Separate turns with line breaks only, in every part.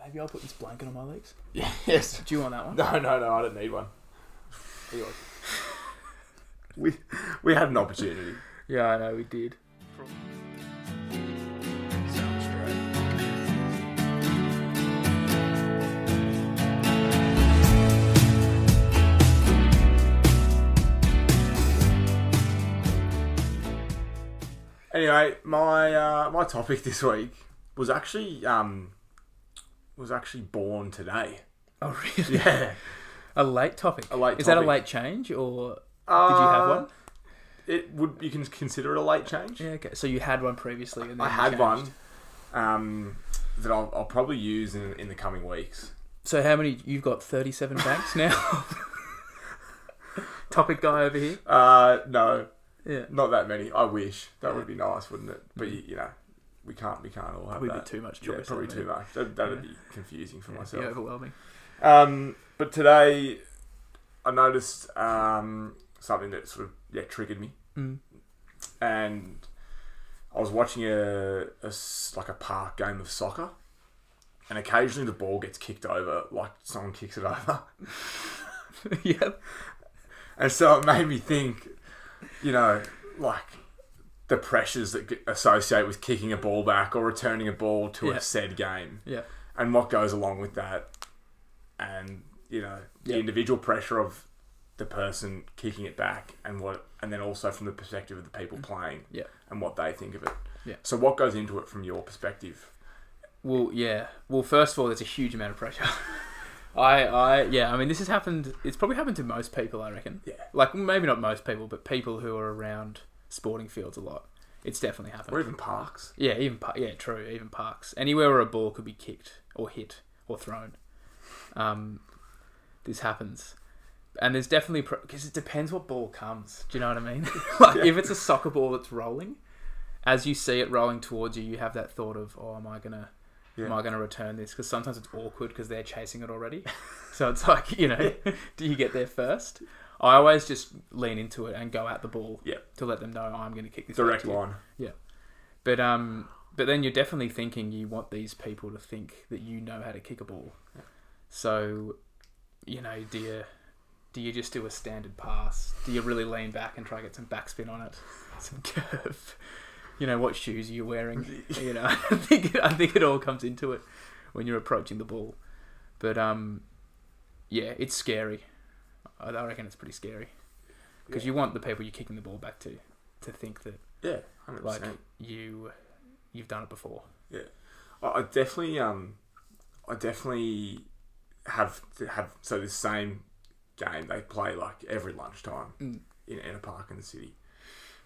Have y'all put this blanket on my legs?
Yes.
Do you want that one?
No, no, no. I don't need one. we we had an opportunity.
Yeah, I know we did.
Anyway, my uh, my topic this week was actually um was actually born today.
Oh really?
Yeah.
A late topic.
A late
Is that a
topic.
late change or did you have
Uh,
one?
It would you can consider it a late change.
Yeah, okay. So you had one previously, and then
I
you
had
changed.
one um, that I'll, I'll probably use in, in the coming weeks.
So how many? You've got thirty-seven banks now. Topic guy over here.
Uh, no,
Yeah,
not that many. I wish that would be nice, wouldn't it? But you, you know, we can't we can't all have
probably a
that.
bit too much
Yeah,
choice.
probably
isn't
too
it?
much. That, that'd be confusing for
Yeah, it'd be
myself.
overwhelming.
Um, but today, I noticed um, something that sort of yeah triggered me,
Mm.
and I was watching a, a s- like a park game of soccer, and occasionally the ball gets kicked over, like someone kicks it over,
yep.
and so it made me think, you know, like the pressures that g- associate with kicking a ball back or returning a ball to
Yeah.
a said game.
Yeah.
and what goes along with that, and you know the
Yeah.
individual pressure of the person kicking it back, and what, and then also from the perspective of the people playing,
Yeah.
and what they think of it.
Mm. Yeah.
So what goes into it from your perspective?
Well, yeah. Well, first of all, there's a huge amount of pressure. I, I, yeah. I mean, this has happened. It's probably happened to most people, I reckon.
Yeah.
Like maybe not most people, but people who are around sporting fields a lot. It's definitely happened.
Or even parks.
Yeah, even par- yeah, true. Even parks, anywhere where a ball could be kicked or hit or thrown, um, this happens, and there's definitely because it depends what ball comes. Do you know what I mean? like if it's a soccer ball that's rolling, as you see it rolling towards you, you have that thought of, oh, am I gonna, am
Yeah.
I gonna return this? Because sometimes it's awkward because they're chasing it already, so it's like you know, do you get there first? I always just lean into it and go at the ball
Yeah.
to let them know "Oh, I'm going to kick this back
Direct
to you."
line.
But um, but then you're definitely thinking you want these people to think that you know how to kick a ball. So, you know, do you do you just do a standard pass? Do you really lean back and try to get some backspin on it, some curve? You know, what shoes are you wearing? you know, I think I think it all comes into it when you're approaching the ball. But um, yeah, it's scary. I I reckon it's pretty scary because
Yeah.
you want the people you're kicking the ball back to to think that
Yeah, hundred
like
percent.
you you've done it before
I I definitely, um, I definitely have have so this same game they play like every lunchtime
Mm.
in, in a park in the city,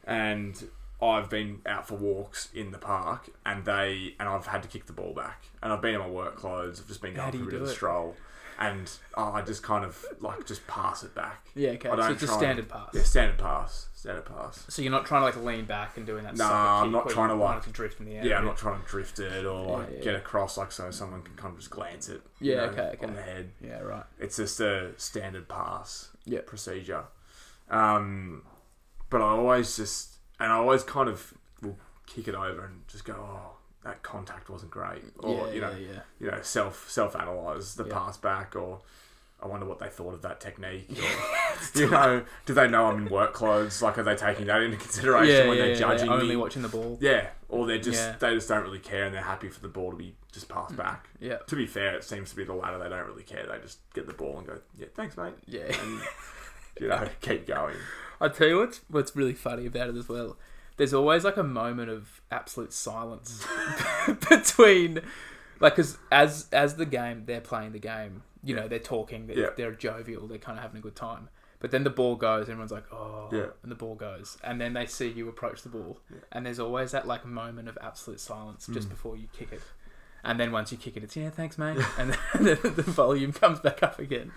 and I've been out for walks in the park, and they and I've had to kick the ball back, and I've been in my work clothes, I've just been
How
going
do
for a
you
bit of a
do it?
stroll, and oh, I just kind of like just pass it back.
yeah okay
I
so
don't
it's a
try and-
standard pass
Yeah, standard pass, standard pass.
so you're not trying to like lean back and doing that
No,
sucker
I'm
kick
not
where
trying
you
to,
want
like-
it to drift in the air
Yeah, I'm not trying to drift it or like
Yeah, yeah.
get across like so someone can kind of just glance it.
Yeah, okay, okay.
on the head.
yeah right
It's just a standard pass
Yeah.
procedure. Um, but I always just and I always kind of will kick it over and just go, oh, that contact wasn't great, or
yeah,
you know,
yeah, yeah
you know, self self analyze the
Yeah.
pass back, or I wonder what they thought of that technique. Or, you know, do they know I'm in work clothes? Like, are they taking that into consideration
yeah,
when
yeah,
they're
yeah,
judging
only
me?
watching the ball
Yeah, or they just
Yeah. Mm.
they just don't really care and they're happy for the ball to be just passed back.
yeah
To be fair, it seems to be the latter. They don't really care. They just get the ball and go, yeah, thanks, mate,
yeah
and you know, keep going.
I tell you what's what's really funny about it as well. There's always like a moment of absolute silence between, like, because as as the game they're playing the game, you know, they're talking, they're,
Yeah.
they're jovial, they're kind of having a good time. But then the ball goes, everyone's like, oh,
Yeah.
and the ball goes, and then they see you approach the ball,
Yeah.
and there's always that like moment of absolute silence just
Mm.
before you kick it. And then once you kick it, it's yeah, thanks, mate, and then the volume comes back up again.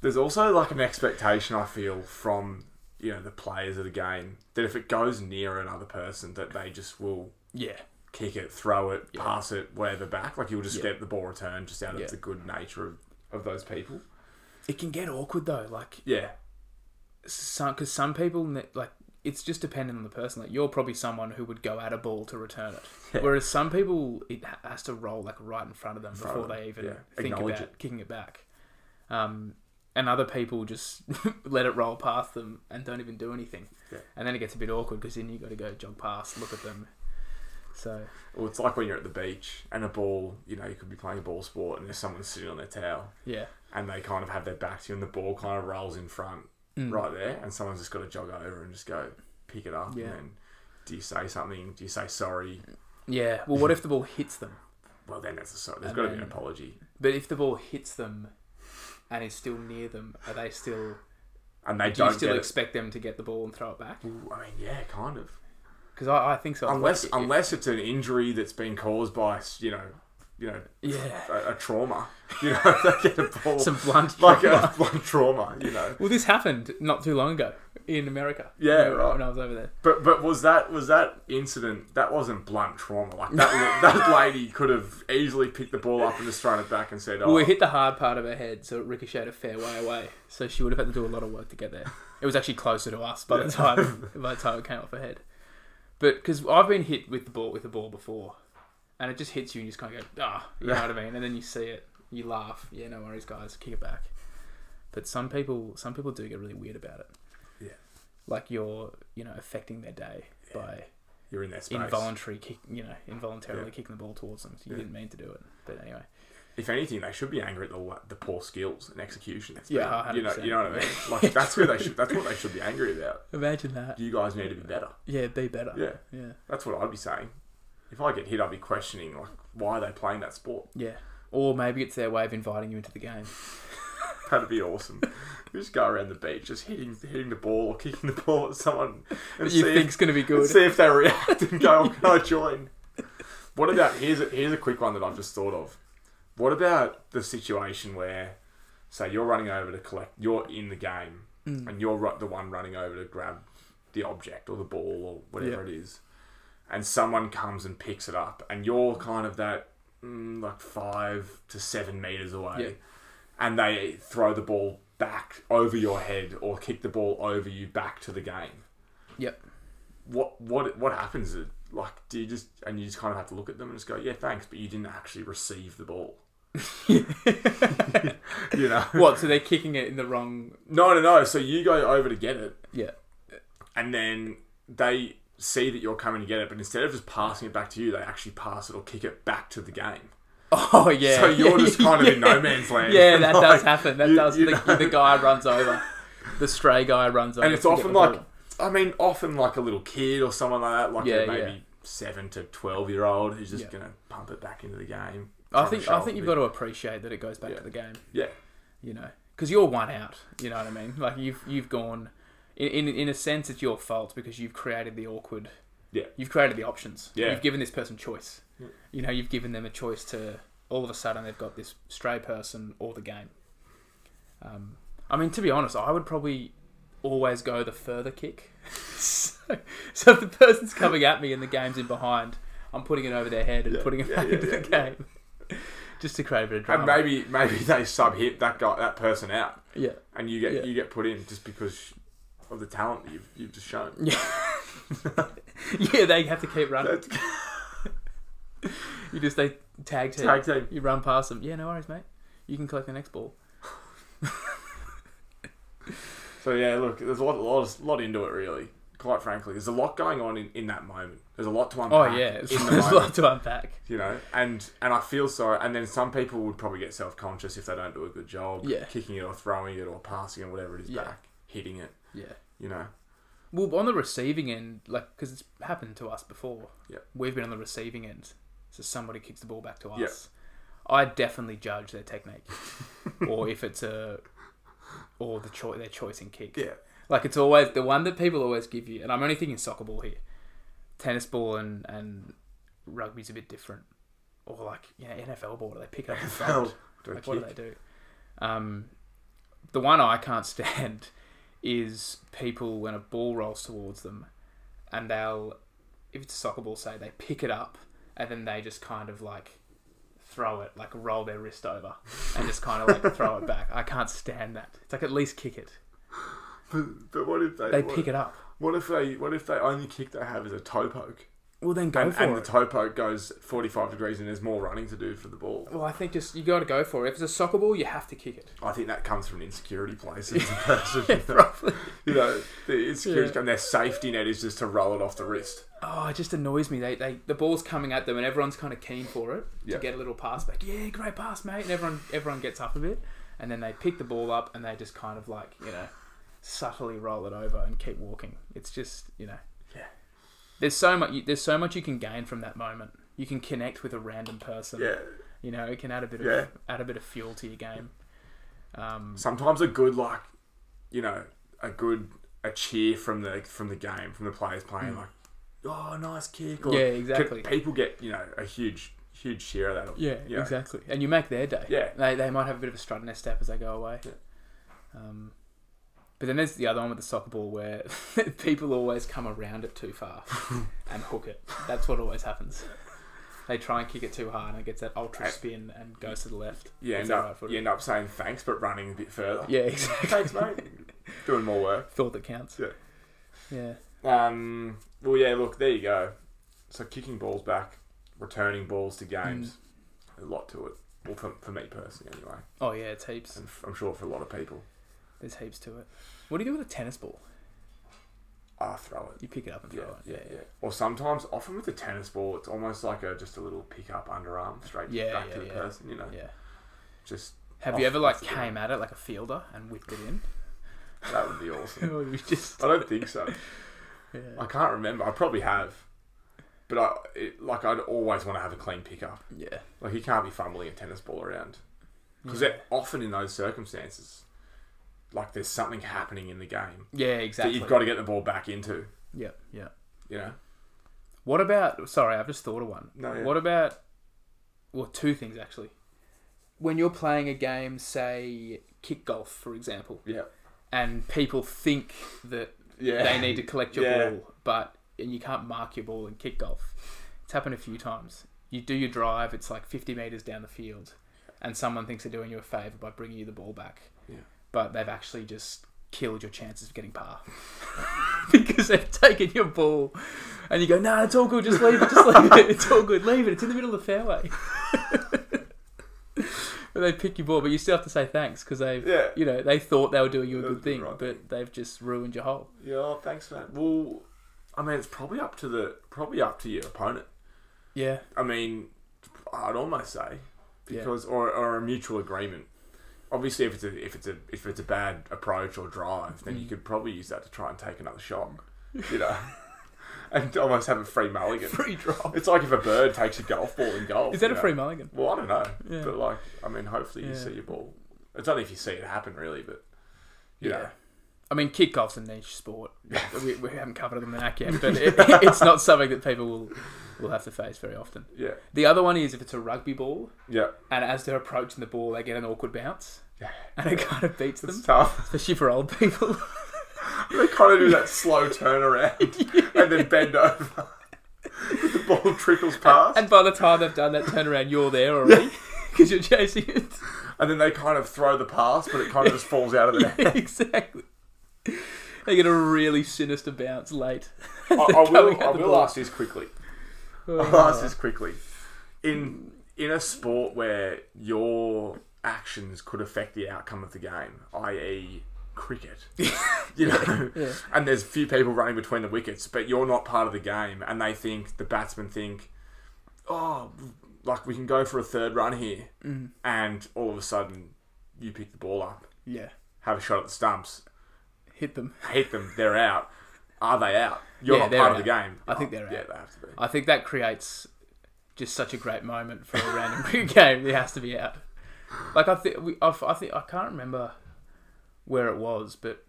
There's also like an expectation I feel from you know the players of the game that if it goes near another person, that they just will
Yeah,
kick it, throw it,
Yeah.
pass it, whatever back. Like you'll just
Yeah.
get the ball returned just out of
Yeah.
the good nature of, of those people.
it can get awkward though. Like
Yeah,
some because some people ne- like it's just dependent on the person. Like you're probably someone who would go at a ball to return it,
Yeah.
whereas some people it ha- has to roll like right in front of them
front
before
of them,
they even
yeah.
think
Acknowledge
about kicking it back. Um, and other people just let it roll past them and don't even do anything.
Yeah.
And then it gets a bit awkward because then you got to go jog past, look at them. So
Well, it's like when you're at the beach and a ball, you know, you could be playing a ball sport and there's someone sitting on their towel
yeah,
and they kind of have their back to you and the ball kind of rolls in front
Mm.
right there and someone's just got to jog over and just go pick it up
Yeah.
and then do you say something? Do you say sorry?
yeah. Well, what if the ball hits them?
Well, then that's a sorry. There's
And
got to be an
then-
apology.
But if the ball hits them and is still near them, are they still?
And they
Do you
don't
still
get
expect them to get the ball and throw it back?
it. Ooh, I mean, yeah, kind of.
Because I, I think so.
Unless
Like,
unless it's an injury that's been caused by you know you know
yeah,
a, a trauma. You know, they get a ball
some blunt
like
trauma.
a like trauma. You know.
Well, this happened not too long ago in America.
Yeah,
when, I-
right.
When I was over there.
But but was that was that incident? That wasn't blunt trauma. Like that that lady could have easily picked the ball up and just thrown it back and said, "Oh,
Well, it hit the hard part of her head, so it ricocheted a fair way away. So she would have had to do a lot of work to get there. It was actually closer to us by the time by the time it came off her head. But because I've been hit with the ball with the ball before, and it just hits you and you just kind of go ah, you know what I mean, and then you see it, you laugh, yeah, no worries, guys, kick it back. But some people, some people do get really weird about it.
Yeah.
like you're, you know, affecting their day by
you're in their space."
involuntary kick, you know, involuntarily
Yeah.
kicking the ball towards them. So you
Yeah.
didn't mean to do it, but anyway.
if anything, they should be angry at the la- the poor skills and execution. That's
Yeah,
been- you know,
100%.
you know what I mean. Like that's where they should. That's what they should be angry about.
Imagine that.
You guys need to be better.
Yeah, be better.
Yeah,
Yeah.
that's what I'd be saying. If I get hit, I'd be questioning like why are they playing that sport.
Yeah. Or maybe it's their way of inviting you into the game.
That'd be awesome. We just go around the beach, just hitting hitting the ball or kicking the ball at someone, and
you
see if
think's going to be
and
good.
see if they react and go, can I join? What about, here's a, here's a quick one that I've just thought of. What about the situation where, say, you're running over to collect, you're in the game,
Mm.
and you're ru- the one running over to grab the object or the ball or whatever it is, and someone comes and picks it up, and you're kind of that, mm, like, five to seven meters away,
Yeah.
and they throw the ball back over your head or kick the ball over you back to the game
Yep.
what what what happens? is, Like, do you just and you just kind of have to look at them and just go, yeah, thanks, but you didn't actually receive the ball. you know,
What? So they're kicking it in the wrong.
no, no, no. So you go over to get it,
Yeah.
and then they see that you're coming to get it, but instead of just passing it back to you, they actually pass it or kick it back to the game.
Oh yeah.
So you're just kind of in
Yeah.
no man's land.
Yeah, that
Like,
does happen. That
you-
does.
you
the,
know.
the guy runs over. The stray guy runs over.
and it's
to get
often
the
like
ball.
I mean, often like a little kid or someone like that, like
Yeah,
a maybe
yeah.
seven to twelve year old who's just
Yeah.
gonna pump it back into the game.
I
trying to
think
show
I
off
think
a
you've
bit.
got to appreciate that it goes back
Yeah.
to the game.
yeah,
You know, because you're one out. You know what I mean? Like you've you've gone. In, in, in a sense, it's your fault because you've created the awkward.
Yeah.
You've created the options.
Yeah.
You've given this person choice.
Yeah.
You know, you've given them a choice to all of a sudden they've got this stray person or the game. Um, I mean, to be honest, I would probably always go the further kick. so, so if the person's coming at me and the game's in behind, I'm putting it over their head and
Yeah,
putting it
yeah,
back
yeah,
into
yeah,
the
yeah.
game. Just to create a bit of drama.
and maybe maybe they sub hit that guy that person out,
Yeah.
and you get
Yeah.
you get put in just because of the talent that you've you've just shown.
Yeah, they have to keep running.
That's-
You just they tag team.
Tag team.
You run past them. Yeah, no worries, mate. You can collect the next ball.
So yeah, look, there's a lot lot lot into it really. Quite frankly, there's a lot going on in, in that moment. There's a lot to
Oh
unpack.
yeah,
in
it's,
the
there's a
moment.
lot to unpack.
you know and and i feel sorry and then some people would probably get self-conscious if they don't do a good job
Yeah.
kicking it or throwing it or passing it whatever it is
Yeah.
back hitting it
Yeah.
you know
Well, on the receiving end, like because it's happened to us before.
Yeah.
We've been on the receiving end, so somebody kicks the ball back to us.
Yeah.
I definitely judge their technique, or if it's a, or the choice their choice in kick.
yeah
Like it's always the one that people always give you, and I'm only thinking soccer ball here. Tennis ball and and rugby's a bit different, or like you know NFL ball. They pick it up in front.
Well, do a
Like what do
kick.
they do? Um, the one I can't stand is people when a ball rolls towards them, and they'll, if it's a soccer ball, say they pick it up and then they just kind of like throw it, like roll their wrist over and just kind of like throw it back. I can't stand that. It's like at least kick it.
But, but what if they,
They
what,
pick it up.
what if they what if they only kick they have is a toe poke?
Well, then go
And,
for
and the
it.
toe poke goes forty five degrees and there's more running to do for the ball.
well, I think just you got to go for it. If it's a soccer ball, you have to kick it.
I think that comes from an insecurity place as a person. you, know, you know, the insecurities
Yeah.
and their safety net is just to roll it off the wrist.
Oh, it just annoys me. They, they the ball's coming at them, and everyone's kind of keen for it
Yeah.
to get a little pass back. Yeah, great pass, mate. And everyone everyone gets up a bit, and then they pick the ball up, and they just kind of like you know subtly roll it over and keep walking. It's just you know
Yeah.
There's so much. There's so much you can gain from that moment. You can connect with a random person.
Yeah.
You know, it can add a bit of
Yeah.
add a bit of fuel to your game. Um,
Sometimes a good like, you know, a good a cheer from the from the game from the players playing like, oh nice kick. Or,
Mm. Yeah, exactly.
People get you know a huge huge share of that.
yeah,
you know.
exactly. And you make their day.
Yeah.
They, they might have a bit of a strut in their step as they go away.
Yeah.
Um, but then there's the other one with the soccer ball where people always come around it too far and hook it. That's what always happens. They try and kick it too hard and it gets that ultra spin and goes to the left.
You
It's
end
all
up
right for
you end up saying thanks, but running a bit further.
Yeah, exactly.
Thanks, mate. Doing more work.
Thought that counts.
Yeah.
Yeah.
Um, well, yeah, look, there you go. So kicking balls back, returning balls to games, a lot to it. Well, for, for me personally, anyway,
Oh, yeah, it's heaps.
and f- I'm sure for a lot of people,
There's heaps to it. What do you do with a tennis ball?
I throw it.
You pick it up and
Yeah,
throw it.
yeah, yeah. Or sometimes, often with a tennis ball, it's almost like a just a little pick up underarm straight
Yeah,
back
yeah,
to the
yeah.
person. You know,
Yeah.
just
Have
Off-
you ever like
off the ground.
came at it like a fielder and whipped it in?
that would be awesome.
Or you just
I don't think so.
yeah.
I can't remember. I probably have, but I it, like I'd always want to have a clean pickup.
yeah.
Like he can't be fumbling a tennis ball around because
Yeah.
often in those circumstances, like there's something happening in the game
Yeah, exactly.
that you've got to get the ball back into.
yeah, yeah.
You know,
What about? Sorry, I've just thought of one.
No, yeah.
What about? Well, two things actually. When you're playing a game, say kick golf, for example,
yeah,
and people think that
yeah.
they need to collect your
Yeah.
ball, but and you can't mark your ball in kick golf. It's happened a few times. You do your drive, it's like 50 meters down the field, and someone thinks they're doing you a favor by bringing you the ball back.
Yeah.
But they've actually just killed your chances of getting par because they've taken your ball, and you go, "No, it's all good. Just leave it. Just leave it. It's all good. Leave it. It's in the middle of the fairway." But they pick your ball, but you still have to say thanks because they've,
Yeah.
you know, they thought they were doing you a
That
good
was the
thing,
right
but they've just ruined your hole.
Yeah, oh, thanks, man. Well, I mean, it's probably up to the probably up to your opponent.
Yeah.
I mean, I'd almost say
Yeah.
because or, or a mutual agreement. Obviously, if it's a if it's a if it's a bad approach or drive,
Mm.
then you could probably use that to try and take another shot. You know, and almost have a free mulligan.
Free drop.
It's like if a bird takes a golf ball in golf.
Is that
you
a
know.
free mulligan?
Well, I don't know,
Yeah.
but like, I mean, hopefully you
Yeah.
see your ball. It's only if you see it happen, really. But you know.
I mean, kick golf's a niche sport. we, we haven't covered it in the NAC yet, but it, it's not something that people will will have to face very often.
yeah,
The other one is if it's a rugby ball,
yeah,
and as they're approaching the ball, they get an awkward bounce,
yeah.
and it kind of beats
It's
them,
tough.
especially for old people.
They kind of do that slow turnaround and then bend over. the ball trickles past,
and by the time they've done that turnaround, you're there already because you're chasing it.
and then they kind of throw the pass, but it kind of just falls out of there.
exactly. They get a really sinister bounce late.
I, I
Coming out
will. I
the
will
ball. Oh.
ask this quickly. I'll ask this quickly. In in a sport where your actions could affect the outcome of the game, i.e., cricket, you know,
Yeah.
and there's few people running between the wickets, but you're not part of the game, and they think the batsmen think, oh, like we can go for a third run here,
Mm.
and all of a sudden you pick the ball up,
Yeah,
have a shot at the stumps,
hit them.
hit them, they're out. Are they out? You're
Yeah,
not
they're
part of the
out.
game.
I think they're
yeah,
out.
they have to be.
I think that creates just such a great moment for a random cricket game. It has to be out. Like I think we, I've, I think I can't remember where it was, but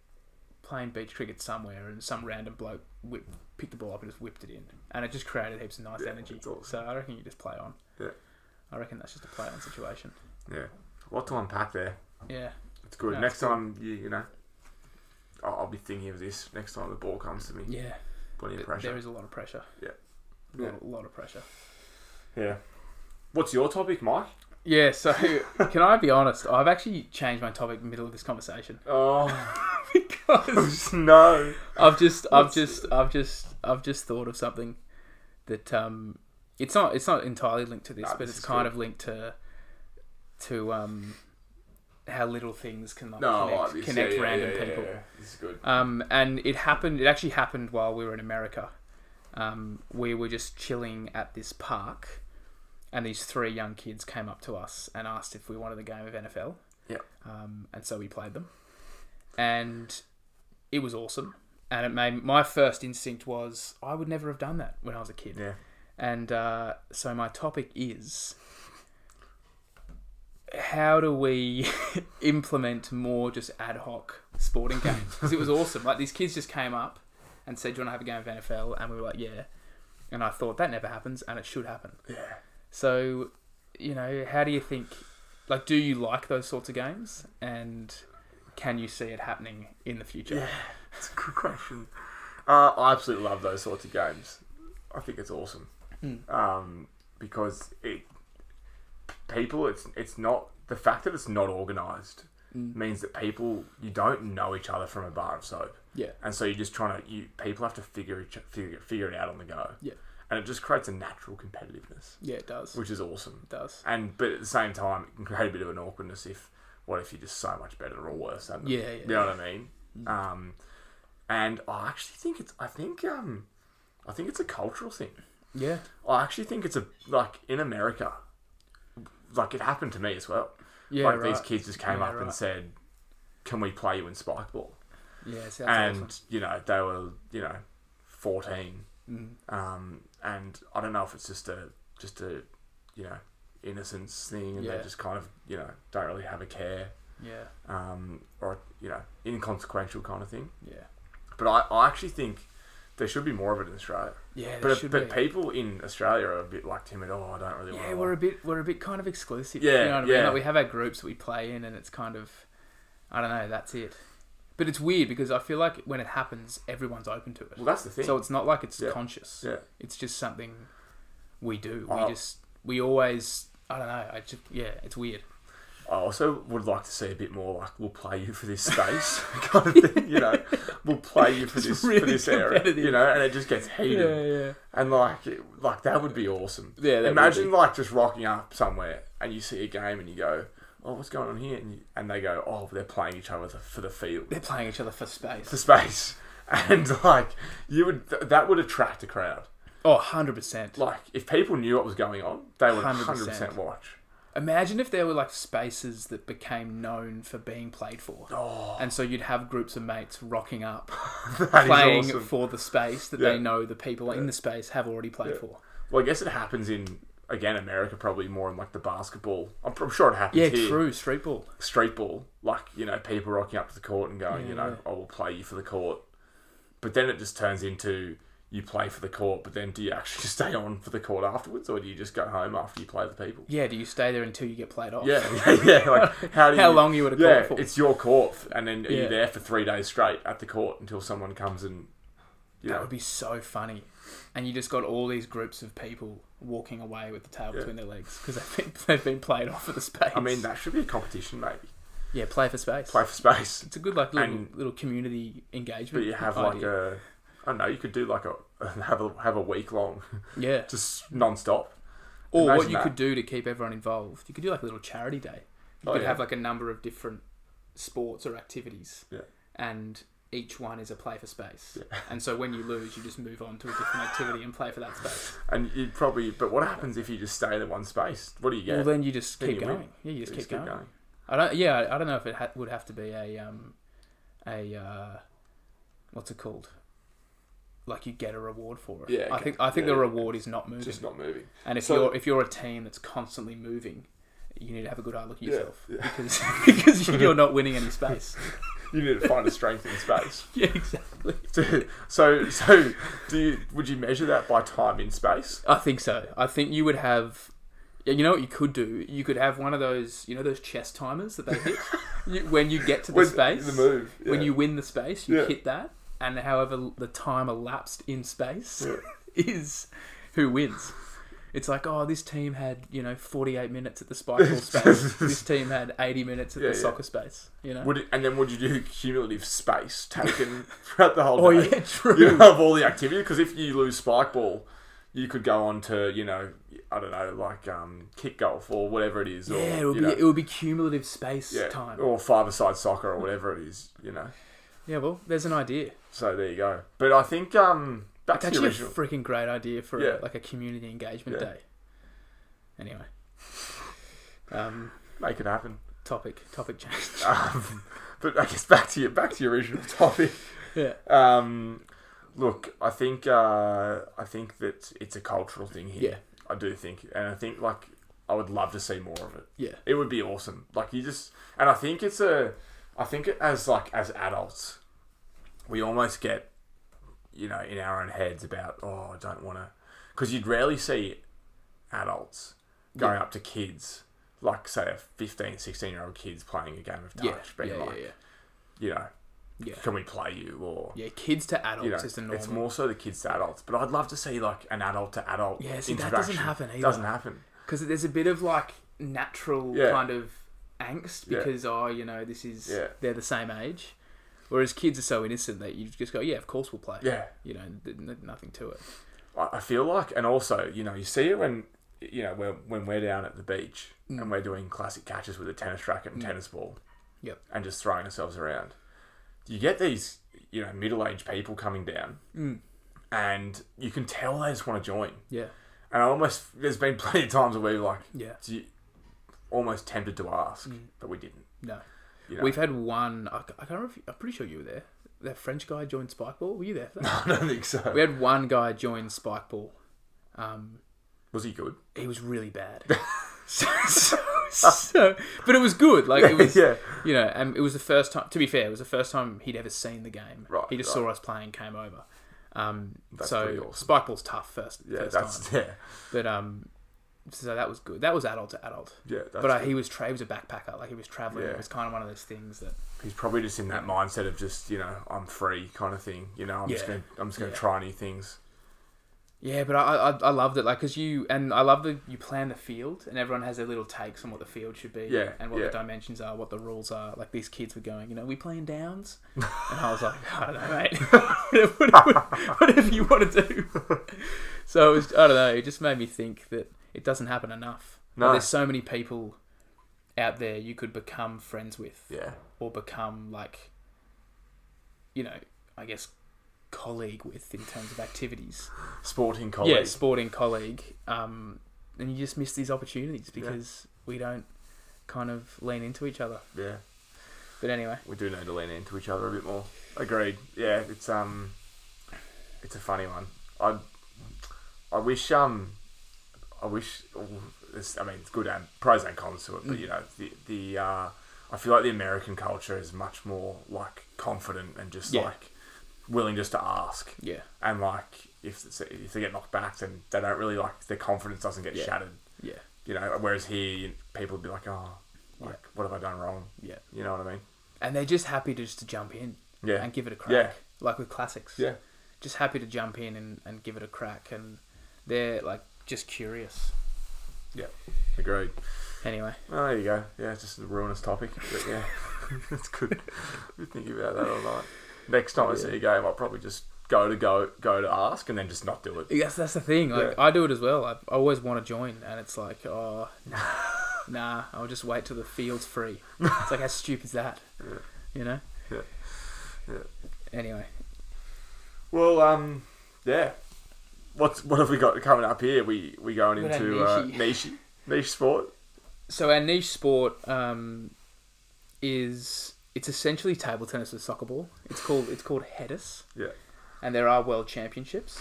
playing beach cricket somewhere, and some random bloke whip, picked the ball up and just whipped it in, and it just created heaps of nice
Yeah,
energy.
it's awesome.
So I reckon you just play on.
Yeah.
I reckon that's just a play on situation.
Yeah, a lot to unpack there.
Yeah,
It's good.
No,
next
it's good.
time, you, you know, I'll, I'll be thinking of this next time the ball comes to me.
yeah.
Plenty of
But There
pressure.
is a lot of pressure.
Yeah.
A lot, a lot of pressure.
Yeah. What's your topic, Mike?
Yeah, so can I be honest? I've actually changed my topic in the middle of this conversation
Oh
because
no!
I've just, I've just, I've just, I've just thought of something that um, it's not, it's not entirely linked to this,
Nah,
but
this
it's
is
kind
good.
of linked to, to um, how little things can like
No, I like
connect,
this.
connect
Yeah, yeah,
random
yeah, yeah,
people.
yeah. This is good.
Um, and it happened. It actually happened while we were in America. Um, we were just chilling at this park, and these three young kids came up to us and asked if we wanted a game of NFL.
Yep.
Um, and so we played them, and it was awesome. And it made my first instinct was I would never have done that when I was a kid.
Yeah.
And uh, so my topic is how do we implement more just ad hoc sporting games? Because it was awesome. Like these kids just came up and said, "Do you want to have a game of NFL?" And we were like, "Yeah." And I thought that never happens, and it should happen.
Yeah.
So, you know, how do you think? Like, do you like those sorts of games? And can you see it happening in the future?
Yeah, it's a good question. Uh, I absolutely love those sorts of games. I think it's awesome
Mm.
um, because it people it's it's not the fact that it's not organised
Mm.
means that people you don't know each other from a bar of soap,
Yeah.
and so you're just trying to you people have to figure each, figure figure it out on the go.
Yeah.
and it just creates a natural competitiveness,
Yeah, it does.
which is awesome.
It does.
And but at the same time, it can create a bit of an awkwardness if what if you're just so much better or worse than them?
Yeah, yeah. Mm.
You know what I mean? Um, and I actually think it's I think um, I think it's a cultural thing.
Yeah.
I actually think it's a like in America, like it happened to me as well.
Yeah.
like
right.
these kids just came
Yeah,
up and
right.
said, "Can we play you in spike ball?"
Yeah, it sounds
and
awesome.
you know they were you know fourteen,
Mm.
um, and I don't know if it's just a just a you know innocence thing, and
Yeah.
they just kind of you know don't really have a care,
Yeah.
um, or you know inconsequential kind of thing.
Yeah.
But I, I actually think there should be more of it in Australia.
Yeah, there
But
should
but
be.
people in Australia are a bit like timid. Oh, I don't really.
yeah,
want
we're a bit we're a bit kind of exclusive.
Yeah,
you know what I mean?
yeah.
Like we have our groups that we play in, and it's kind of I don't know. That's it. But it's weird because I feel like when it happens, everyone's open to it.
Well, that's the thing.
So it's not like it's
Yeah.
conscious.
yeah.
It's just something we do.
Oh.
We just we always I don't know. I just yeah, it's weird.
I also would like to see a bit more like we'll play you for this space kind of thing, you know. We'll play you for
It's
this for
really
this area,
competitive.
you know, and it just gets heated.
yeah,
And like it- like that would be awesome.
Yeah, that would
Imagine
be.
like just rocking up somewhere and you see a game and you go, "Oh, what's going on here?" And, you, and they go, "Oh, they're playing each other for the field,
They're playing each other for space.
for space." And like you would th- that would attract a crowd.
Oh, 100%.
Like if people knew what was going on, they would 100 percent
100%.
watch.
Imagine if there were like spaces that became known for being played for.
Oh,
And so you'd have groups of mates rocking up,
that is
playing
awesome.
for the space that
Yeah.
they know the people in the space have already played
Yeah.
for.
Well, I guess it happens in again America probably more in like the basketball. I'm, I'm sure it happens
Yeah,
here.
true. Street ball.
Street ball, like you know, people rocking up to the court and going, you know, I will play you for the court. But then it just turns into you play for the court, but then do you actually stay on for the court afterwards, or do you just go home after you play the people?
Yeah, do you stay there until you get played off?
Yeah, yeah. Like how do
How
you,
long you at a
Yeah,
court for?
it's your court, and then are you
Yeah.
there for three days straight at the court until someone comes and you
That
know,
would be so funny. And you just got all these groups of people walking away with the tail between their legs because they've been, they've been played off for the space.
I mean, that should be a competition, maybe
yeah, play for space.
play for space.
It's a good like little,
And-
little community engagement.
But you have like a, I don't know, you could do like a have a have a week long,
yeah.
just non-stop.
Or what
imagine
you
that.
could do to keep everyone involved, you could do like a little charity day. You
Oh,
could
yeah.
have like a number of different sports or activities,
Yeah.
and each one is a play for space. And so when you lose, you just move on to a different activity and play for that space.
And you probably, but what happens if you just stay in one space? What do you get?
Well, then you just
Then
keep
you
going.
win.
Yeah, you
You
just keep, going. I don't. Yeah, I- I don't know if it ha- would have to be a um, a uh, what's it called? Like you get a reward for it.
Yeah,
I
okay.
think I think
Yeah,
the
yeah.
reward is not moving.
Just not moving.
and if
so-
you're if you're a team that's constantly moving, you need to have a good hard look at
Yeah,
yourself because because you're not winning any space.
You need to find a strength in space.
yeah, exactly.
To- so, so do you? Would you measure that by time in space?
I think so. I think you would have. yeah, You know what you could do? You could have one of those, you know, those chess timers that they hit you, when you get to the
When-
space.
the move.
when
yeah.
you win the space, you
Yeah.
hit that, and however the time elapsed in space
Yeah.
is who wins. It's like, oh, this team had you know 48 minutes at the spike ball space. this team had 80 minutes at
Yeah,
the
yeah.
soccer space. You know.
Would it, and then would you do cumulative space taken throughout the whole
oh
day?
yeah, true.
You have all the activity because if you lose spike ball, you could go on to you know I don't know like um, kick golf or whatever it is. Or,
Yeah, it would
you
be
know,
it would be cumulative space
yeah,
time.
or five-a-side soccer or whatever it is. You know,
Yeah, well, there's an idea.
so there you go. But I think um, back
It's
to the
actually a
original.
freaking great idea for
Yeah.
a, like a community engagement
Yeah.
day. Anyway, um,
Make it happen.
topic topic change.
Um, but I guess back to your back to your original topic.
yeah,
Um, look, I think uh, I think that it's a cultural thing here.
Yeah.
I do think, and I think like I would love to see more of it.
yeah,
It would be awesome. Like you just, and I think it's a, I think it, as like as adults, we almost get, you know, in our own heads about oh I don't want to, because you'd rarely see adults going up to kids like say a 15 16 year old kids playing a game of touch
yeah, yeah,
being
yeah,
like
yeah,
you know
yeah.
can we play you or
Yeah, kids to adults
you know,
is the normal.
it's more so the kids to adults. But I'd love to see like an adult to adult.
Yeah, see, that
interaction.
doesn't happen either.
Doesn't happen.
because there's a bit of like natural
Yeah.
kind of angst
Yeah.
because oh you know this is
Yeah.
they're the same age whereas kids are so innocent that you just go yeah of course we'll play
Yeah,
you know th- n- nothing to it
I I feel like, and also you know, you see it when you know when when we're down at the beach
Mm.
and we're doing classic catches with a tennis racket and tennis ball.
Yep.
And just throwing ourselves around. You get these you know middle aged people coming down,
Mm.
and you can tell they just want to join.
yeah
And I almost there's been plenty of times where we're like,
yeah Mm.
do you, almost tempted to ask, but we didn't.
no
You know.
we've had one I, ca- I can't remember if- I'm pretty sure you were there that French guy joined Spikeball were you there for that?
I don't think so.
we had one guy join Spikeball um
Was he good?
he was really bad so, so, so but it was good like it was
yeah.
you know, and it was the first time. To be fair, it was the first time he'd ever seen the game.
Right,
He just
right.
saw us playing, came over. Um,
That's
so
pretty awesome.
Spikeball's tough first,
Yeah,
first
that's
time,
yeah,
but um, so that was good. That was adult to adult.
yeah. That's
but uh,
good.
he was tra- he was a backpacker, like he was traveling.
Yeah.
It was kind of one of those things that
he's probably just in that mindset of just you know I'm free kind of thing. You know I'm just
Yeah.
gonna I'm just gonna
Yeah.
try new things.
Yeah, but I I, I loved it like because you and I love that you plan the field and everyone has their little takes on what the field should be
Yeah,
and what
yeah.
the dimensions are, what the rules are. Like these kids were going, you know, we playing downs, and I was like, I don't know, mate, whatever, whatever you want to do. So it was, I don't know. It just made me think that it doesn't happen enough. Like,
No.
there's so many people out there you could become friends with
Yeah,
or become like, you know, I guess colleague with in terms of activities
sporting colleague.
yeah, sporting colleague, um, and you just miss these opportunities because we don't kind of lean into each other.
Yeah,
But anyway,
we do need to lean into each other a bit more. Agreed. Yeah, it's um, it's a funny one. I I wish um, I wish. It's, I mean, it's good and pros and cons to it,
Mm.
but you know the the. Uh, I feel like the American culture is much more like confident and just
Yeah.
like willing just to ask.
yeah,
and like if it's- if they get knocked back, then they don't really like their confidence doesn't get
Yeah.
shattered,
yeah,
you know. Whereas here, people would be like, oh, like what have I done wrong?
yeah,
You know what I mean?
and they're just happy to just to jump in
Yeah,
and give it a crack,
Yeah.
like with classics.
yeah,
just happy to jump in and, and give it a crack, and they're like just curious.
agreed.
Anyway,
Well, there you go. Yeah, it's just a ruinous topic, but yeah, it's good. We think about that all night. Next time I see a game, I'll probably just go to go go to ask and then just not do it.
that's that's the thing. Like I do it as well. I, I always want to join, and it's like, oh, nah, I'll just wait till the field's free. It's like how stupid is that?
Yeah.
You know.
Yeah. Yeah.
Anyway,
Well, um, yeah. What's what have we got coming up here? We we going
We've got
into
our
uh,
niche-y.
niche niche sport.
so our niche sport um, is it's essentially table tennis with soccer ball. It's called it's called headis,
Yeah.
and there are world championships.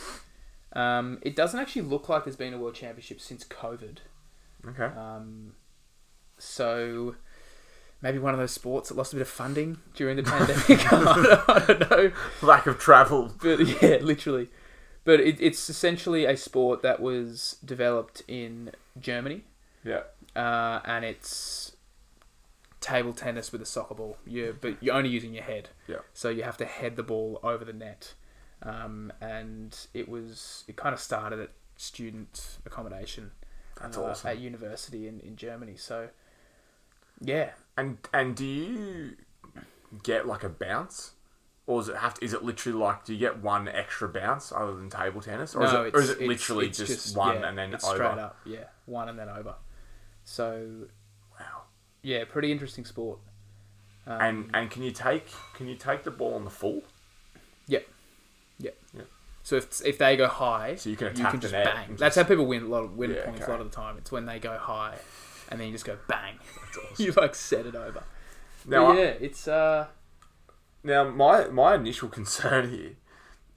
Um, it doesn't actually look like there's been a world championship since COVID.
Okay.
Um, so maybe one of those sports that lost a bit of funding during the pandemic. I don't know,
Lack of travel
but yeah, literally. But it, it's essentially a sport that was developed in Germany.
Yeah.
uh, and it's table tennis with a soccer ball. You but you're only using your head.
Yeah.
So you have to head the ball over the net, um, and it was it kind of started at student accommodation
That's
uh,
awesome.
at university in, in Germany. So, yeah,
And and do you get like a bounce, or does it have to? Is it literally like do you get one extra bounce other than table tennis, or,
no,
is, it, or is it
it's-
literally
it's
just, one
yeah,
and then
it's
over?
straight up, yeah, one and then over. So,
Wow.
yeah, pretty interesting sport.
and
Um,
and can you take can you take the ball on the full?
Yep, yep.
Yep.
So if if they go high,
So you can attack the
just
net
bang.
and
That's how people win a lot of win
Yeah,
points
okay.
a lot of the time. It's when they go high, and then you just go bang. you like set it over.
Now,
But
I-
yeah, it's uh,
now my my initial concern here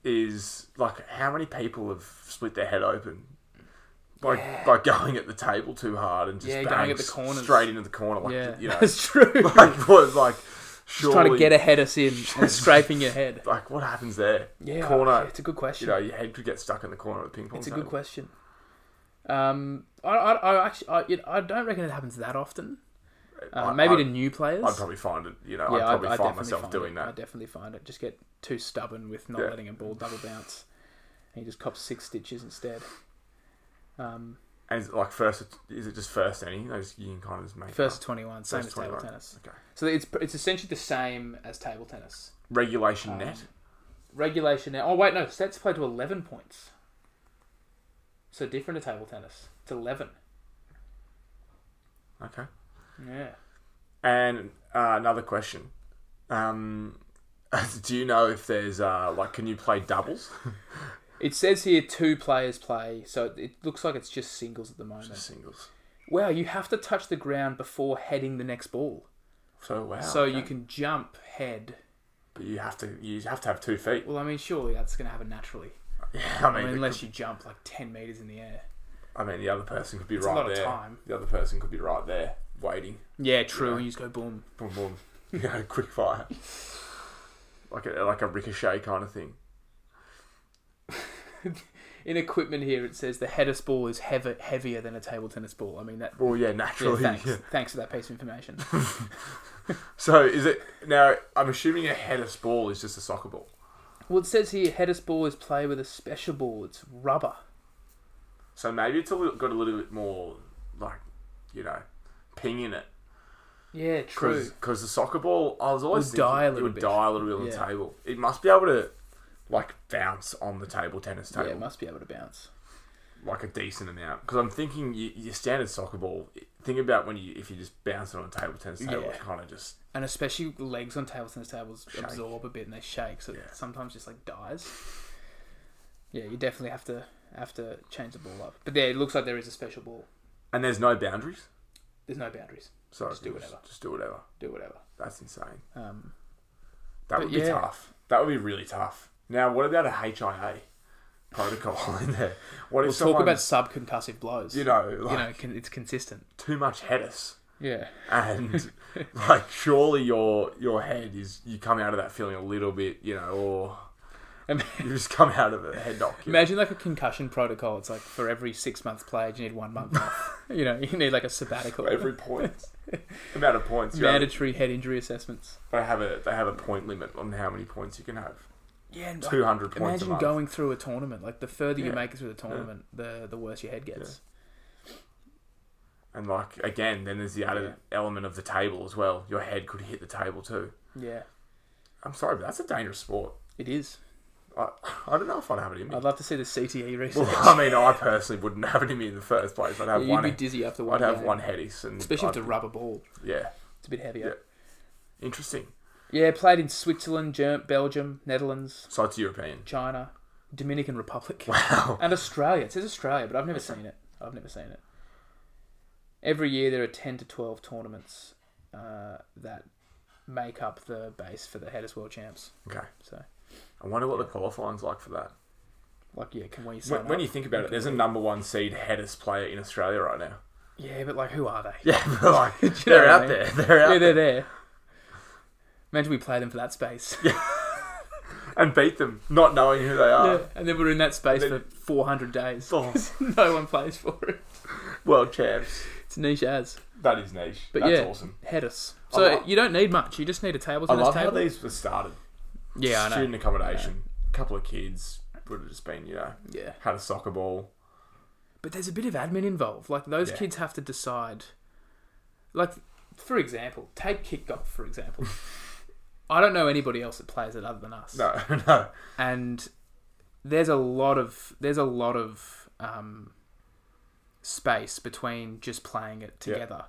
is like how many people have split their head open by by going at the table too hard and just
Yeah,
bang
going at the
s-
corners.
straight into the corner like
yeah,
you know
that's true.
like was like surely
trying to get ahead us in and scraping your head.
like what happens there?
Yeah,
corner.
It's a good question.
You know, your head could get stuck in the corner of the ping pong.
It's a good
table.
question. Um, I, I, I actually, I, you know, I don't reckon it happens that often. Uh,
I-
maybe
I-
to new players.
I'd probably find it. You know, I'd
yeah,
probably
I, I
find
definitely
myself
find
doing
it. I
that.
definitely find it. Just get too stubborn with not
Yeah.
letting a ball double bounce, and you just cop six stitches instead. Um,
And is it like first, is it just first any? You know, just you can kind of just make it
first
up.
to twenty-one, same
First
as table
21.
tennis.
Okay.
So it's it's essentially the same as table tennis.
regulation
Um,
net.
Regulation now. Oh wait, no. Sets play to eleven points. So different to table tennis. It's eleven.
Okay.
Yeah.
And uh, another question. Um, do you know if there's uh, like, can you play doubles?
It says here two players play, so it- it looks like it's just singles at the moment.
Singles.
Wow, you have to touch the ground before heading the next ball.
So wow.
so you
Oh, okay.
can jump, head.
but you have to, you have to have two feet.
Well, I mean, surely that's going to happen naturally.
Yeah, I
I
mean,
mean,
the-
unless you jump like 10 metres in the air.
I mean, the other person could be
a
right
lot of
there.
time.
The other person could be right there waiting.
Yeah, true. And you just go boom.
boom, boom. You know, quick fire. Like a, like a ricochet kind of thing.
In equipment here, it says the headless ball is heav heavier than a table tennis ball. I mean, that.
Well, yeah,
Yeah,
naturally.
thanks.
yeah.
Thanks for that piece of information.
So is it now? I'm assuming a headless ball is just a soccer ball.
well, it says here headless ball is played with a special ball. It's rubber.
So maybe it's a little, got a little bit more like you know ping in it
Yeah, true.
because the soccer ball I was always
Would
thinking
die a
it
little
would
bit.
die a little bit on the
Yeah.
table. It must be able to like bounce on the table tennis
Yeah,
table
it must be able to bounce.
like a decent amount because I'm thinking you, your standard soccer ball. Think about when you if you just bounce it on a table tennis table,
Yeah.
it kind of just
and especially legs on table tennis tables
Shake.
absorb a bit and they shake, so
Yeah.
it sometimes just like dies. Yeah, you definitely have to have to change the ball up. But there, it looks like there is a special ball.
and there's no boundaries.
There's no boundaries.
So
Just do
just-
whatever.
Just do whatever.
Do whatever.
That's insane.
Um,
That
But
would be
yeah.
tough. That would be really tough. Now, what about a HIA protocol in there? What if
we'll
someone,
talk about subconcussive blows.
you know, like
you know, con- it's consistent.
too much headers
Yeah,
and like surely your your head is you come out of that feeling a little bit, you know, or
Im-
you just come out of a head knock. you know.
imagine like a concussion protocol. It's like for every six month play, you need one month off. You know, you need like a sabbatical.
Every point, amount of points. You have,
mandatory head injury assessments.
they have a they have a point limit on how many points you can have.
Yeah, and
Two hundred points. a
Imagine
month.
going through a tournament. Like the further
Yeah.
you make it through the tournament, the the worse your head gets.
And like again, then there's the added element of the table as well. Your head could hit the table too.
Yeah,
I'm sorry, but that's a dangerous sport.
it is.
I, I don't know if I'd have it in me.
I'd love to see the E CTE research.
Well, I mean, I personally wouldn't have it in me in the first place. I'd have
You'd
one.
be dizzy after one.
I'd have
game.
one headies, and
especially
I'd,
if it's a rubber ball.
yeah,
It's a bit heavier.
interesting.
Yeah, played in Switzerland, Ger- Belgium, Netherlands,
So it's European.
China, Dominican Republic,
Wow.
and Australia. It says Australia, but I've never seen it. I've never seen it. Every year there are ten to twelve tournaments uh, that make up the base for the Headers World Champs.
Okay.
So,
I wonder what the qualifying's like for that.
like, yeah, can we? sign
When, when
up?
you think about it, there's a number one seed headers player in Australia right now.
Yeah, but like, who are they?
Yeah, but like
you know
they're
what
out
I
there. They're out
yeah,
there
they're there. Imagine we play them for that space.
and beat them, not knowing who they are.
and then we're in that space
Then-
for 400 days.
Oh.
no one plays for it.
World champs.
It's niche as.
That is niche.
But
That's
yeah,
awesome.
head us.
I
So
love-
you don't need much. You just need a table
I
tennis
love how
table.
these were started.
yeah, I know.
Student accommodation. A couple of kids would have just been, you know,
Yeah,
had a soccer ball,
But there's a bit of admin involved. Like those
Yeah.
kids have to decide. Like, for example, take kick golf. For example, I don't know anybody else that plays it other than us.
No, no.
And there's a lot of there's a lot of um, space between just playing it
Yeah.
together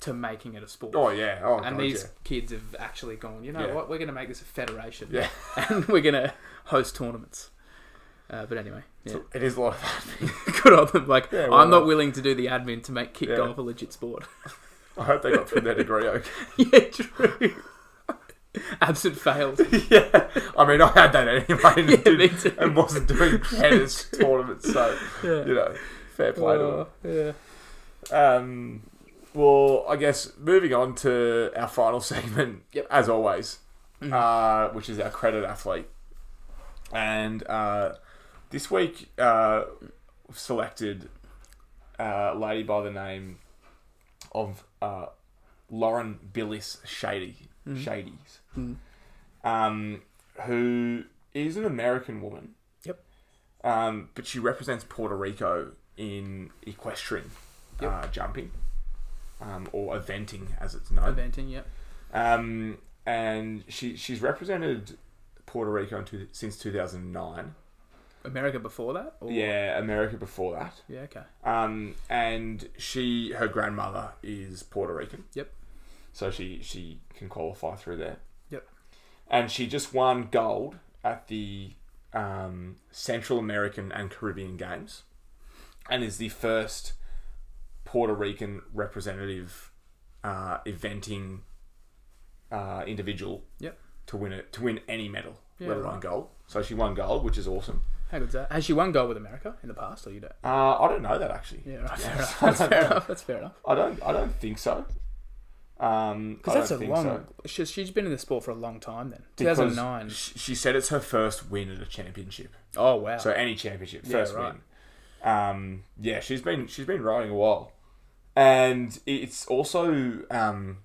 to making it a sport.
Oh yeah. Oh
and
God,
these
yeah.
kids have actually gone. You know
Yeah.
what? We're going to make this a federation.
Yeah.
and we're going to host tournaments. Uh, but anyway, yeah.
So it is a lot of fun.
good on them. Like,
Yeah, well,
I'm not
uh,
willing to do the admin to make kick
Yeah.
golf a legit sport.
I hope they got through their degree. Okay.
yeah, true. Absent failed.
yeah. I mean, I had that anyway. And,
Yeah, me
did,
too.
and wasn't doing tennis tournaments, so
Yeah.
you know, fair play to them.
Oh, yeah.
Um, well, I guess moving on to our final segment,
Yep.
as always,
Mhm.
uh, which is our credit athlete. And uh, this week, uh, we've selected uh, a lady by the name of uh, Lauren Billis Shady.
Mhm.
Shady's.
Mm.
Um, who is an American woman.
Yep.
Um, but she represents Puerto Rico in equestrian
Yep.
uh, jumping, um, or eventing as it's known.
Eventing, yep.
Um, and she she's represented Puerto Rico in two, since 2009.
America before that? Or?
Yeah, America before that.
Yeah, okay.
Um, and she her grandmother is Puerto Rican.
Yep.
So she she can qualify through there.
Yep.
And she just won gold at the um, Central American and Caribbean Games, and is the first Puerto Rican representative uh, eventing uh, individual
Yep.
to win it to win any medal,
Yeah,
let alone
right.
gold. So she won gold, which is awesome.
How good's that? Has she won gold with America in the past, or you don't?
Uh, I don't know that actually.
Yeah, right. Fair enough. That's fair enough. That's fair enough.
I don't. I don't think so. Um,
Because
I
that's a
don't think
long.
so.
She, she's been in the sport for a long time then.
Because
2009.
sh- She said it's her first win at a championship.
Oh, wow.
So any championship,
Yeah,
first
right.
win. Um, yeah, she's been she's been riding a while, and it's also um,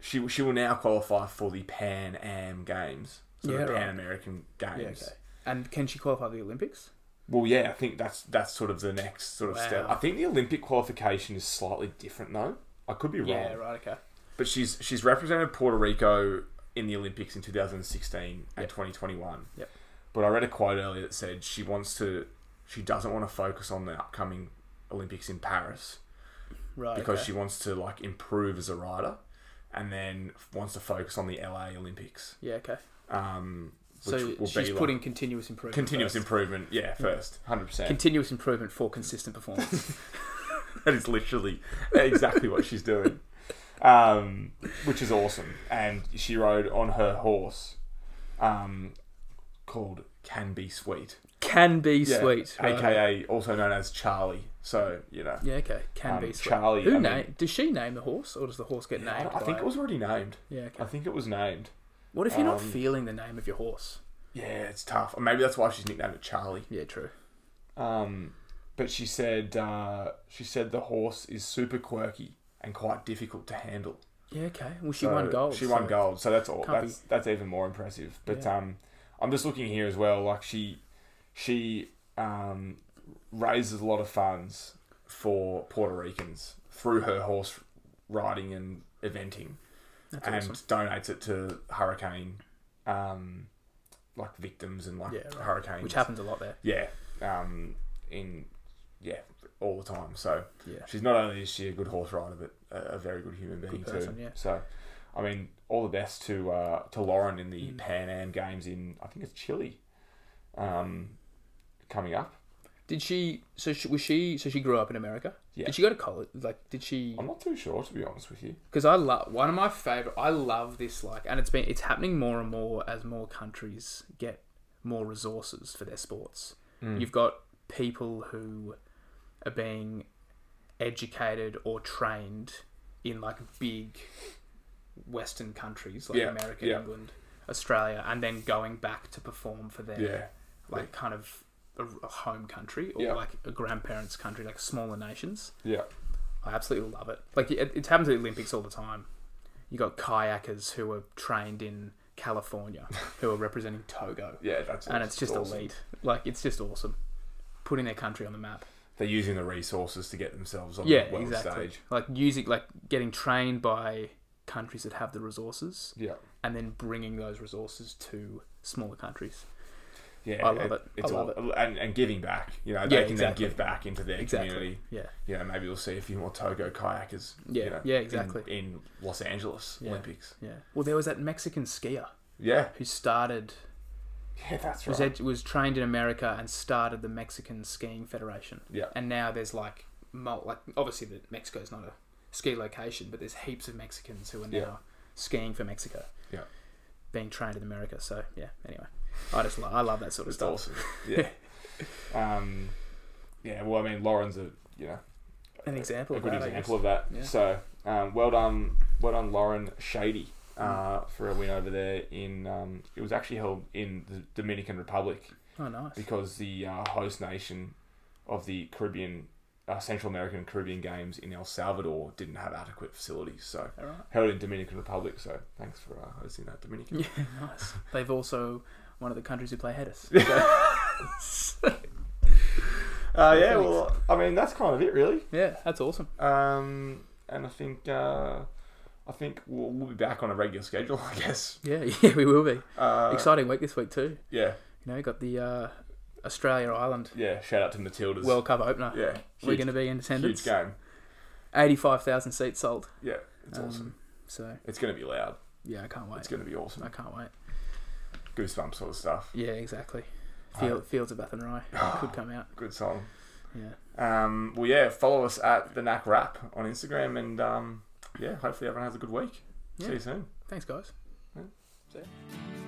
she she will now qualify for the Pan Am Games, so
Yeah,
the
right.
Pan American Games.
yeah, okay. And can she qualify for the Olympics?
Well, yeah, I think that's that's sort of the next sort of step.
Wow.
I think the Olympic qualification is slightly different though. I could be wrong.
Yeah, right, okay.
But she's she's represented Puerto Rico in the Olympics in 2016 and 2021.
Yep.
But I read a quote earlier that said she wants to she doesn't want to focus on the upcoming Olympics in Paris
Right.
because
okay.
she wants to like improve as a rider and then f- wants to focus on the LA Olympics.
Yeah, okay.
Um which
So
will
she's
be like,
putting continuous improvement.
continuous
first.
improvement, yeah, first, 100%.
continuous improvement for consistent performance.
that is literally exactly what she's doing, um, which is awesome. And she rode on her horse, um, called Can Be Sweet,
Can be
Yeah,
sweet, right?
aka also known as Charlie. So you know,
Yeah, okay. Can
um,
be sweet.
Charlie.
Who
I
na-
mean-
does she name the horse, or does the horse get
I,
named?
I think
by
it was already named.
Yeah.
I
Okay.
think it was named.
What if you're not
um,
feeling the name of your horse?
Yeah, it's tough. Or maybe that's why she's nicknamed it Charlie.
Yeah, true.
Um, but she said uh, she said the horse is super quirky and quite difficult to handle.
Yeah, okay. Well, she
So
won gold.
She won
so-
gold, so that's all.
Can't
That's that's even more impressive. But
Yeah.
um, I'm just looking here as well. Like she, she um, raises a lot of funds for Puerto Ricans through her horse riding and eventing,
That's
and
awesome.
donates it to hurricane, um, like victims and like
Yeah, right.
hurricanes,
Which happens a lot there.
Yeah, um, in yeah, all the time. So
Yeah.
She's not only is she a good horse rider, but a, a very good human being
person,
too.
yeah.
So, I mean, all the best to uh, to Lauren in the
Mm.
Pan Am Games in I think it's Chile, um, coming up.
Did she? So she, was she? So she grew up in America.
Yeah.
Did she go to college? Like, did she?
I'm not too sure to be honest with you.
Because I love one of my favorite. I love this like, and it's been it's happening more and more as more countries get more resources for their sports.
Mm.
You've got people who are being educated or trained in like big Western countries like
Yeah,
America,
yeah.
England, Australia, and then going back to perform for their
Yeah,
like kind of a, a home country or
Yeah.
like a grandparents' country, like smaller nations.
yeah,
I absolutely love it. Like it, it happens at the Olympics all the time. You got kayakers who are trained in California who are representing Togo,
yeah. That's
and
awesome.
it's just
awesome.
elite. Like it's just awesome, putting their country on the map.
they're using the resources to get themselves on
yeah,
the world
exactly.
stage.
Like using, like getting trained by countries that have the resources,
Yeah,
and then bringing those resources to smaller countries.
yeah,
I love it.
It's
I love
all, And, and giving back. You know, they
Yeah,
can
exactly.
then give back into their
Exactly.
community.
Yeah,
You know, maybe we'll see a few more Togo kayakers.
Yeah,
you know,
yeah,
in-
exactly.
In, Los Angeles
Yeah.
Olympics.
yeah. Well, there was that Mexican skier
Yeah,
who started
yeah, that's right.
was ed- was trained in America and started the Mexican Skiing Federation.
Yeah.
And now there's like, mul- like obviously that Mexico's not a ski location, but there's heaps of Mexicans who are now
Yeah.
skiing for Mexico.
Yeah.
Being trained in America, so yeah. Anyway, I just lo- I love that sort of
It's
stuff.
awesome. Yeah. um, yeah. Well, I mean, Lauren's a you know
An example.
a
of
good
that, I
example of that.
Yeah.
So, um, well done, well done, Lauren Shady, uh, for a win over there in. Um, it was actually held in the Dominican Republic
guess. Oh, nice.
because the uh, host nation of the Caribbean, uh, Central American and Caribbean Games in El Salvador didn't have adequate facilities, so
All right.
held in Dominican Republic. So, thanks for uh, hosting that, Dominican.
Yeah, nice. They've also one of the countries who play headers.
Uh, yeah. Well, I mean, that's kind of it, really.
yeah, that's awesome.
Um, and I think uh, I think we'll, we'll be back on a regular schedule, I guess.
Yeah, yeah, we will be.
Uh,
Exciting week this week too.
yeah,
You know, got the uh, Australia Island
yeah. Shout out to Matildas.
World Cup opener.
yeah,
We're
huge,
going to be in
huge
attendance.
game.
Eighty-five thousand seats sold.
Yeah, it's
Um,
awesome.
So
It's going to be loud.
yeah, I can't wait.
It's going to be
I
awesome.
can't wait.
Goosebumps sort of stuff.
Yeah, exactly.
I-
Field, Fields of Athenry
Ah.
could come out.
Good song.
Yeah,
Um, well, yeah. Follow us at the Knack Rap on Instagram, and um, yeah, hopefully everyone has a good week.
Yeah.
See you soon.
thanks guys.
See ya.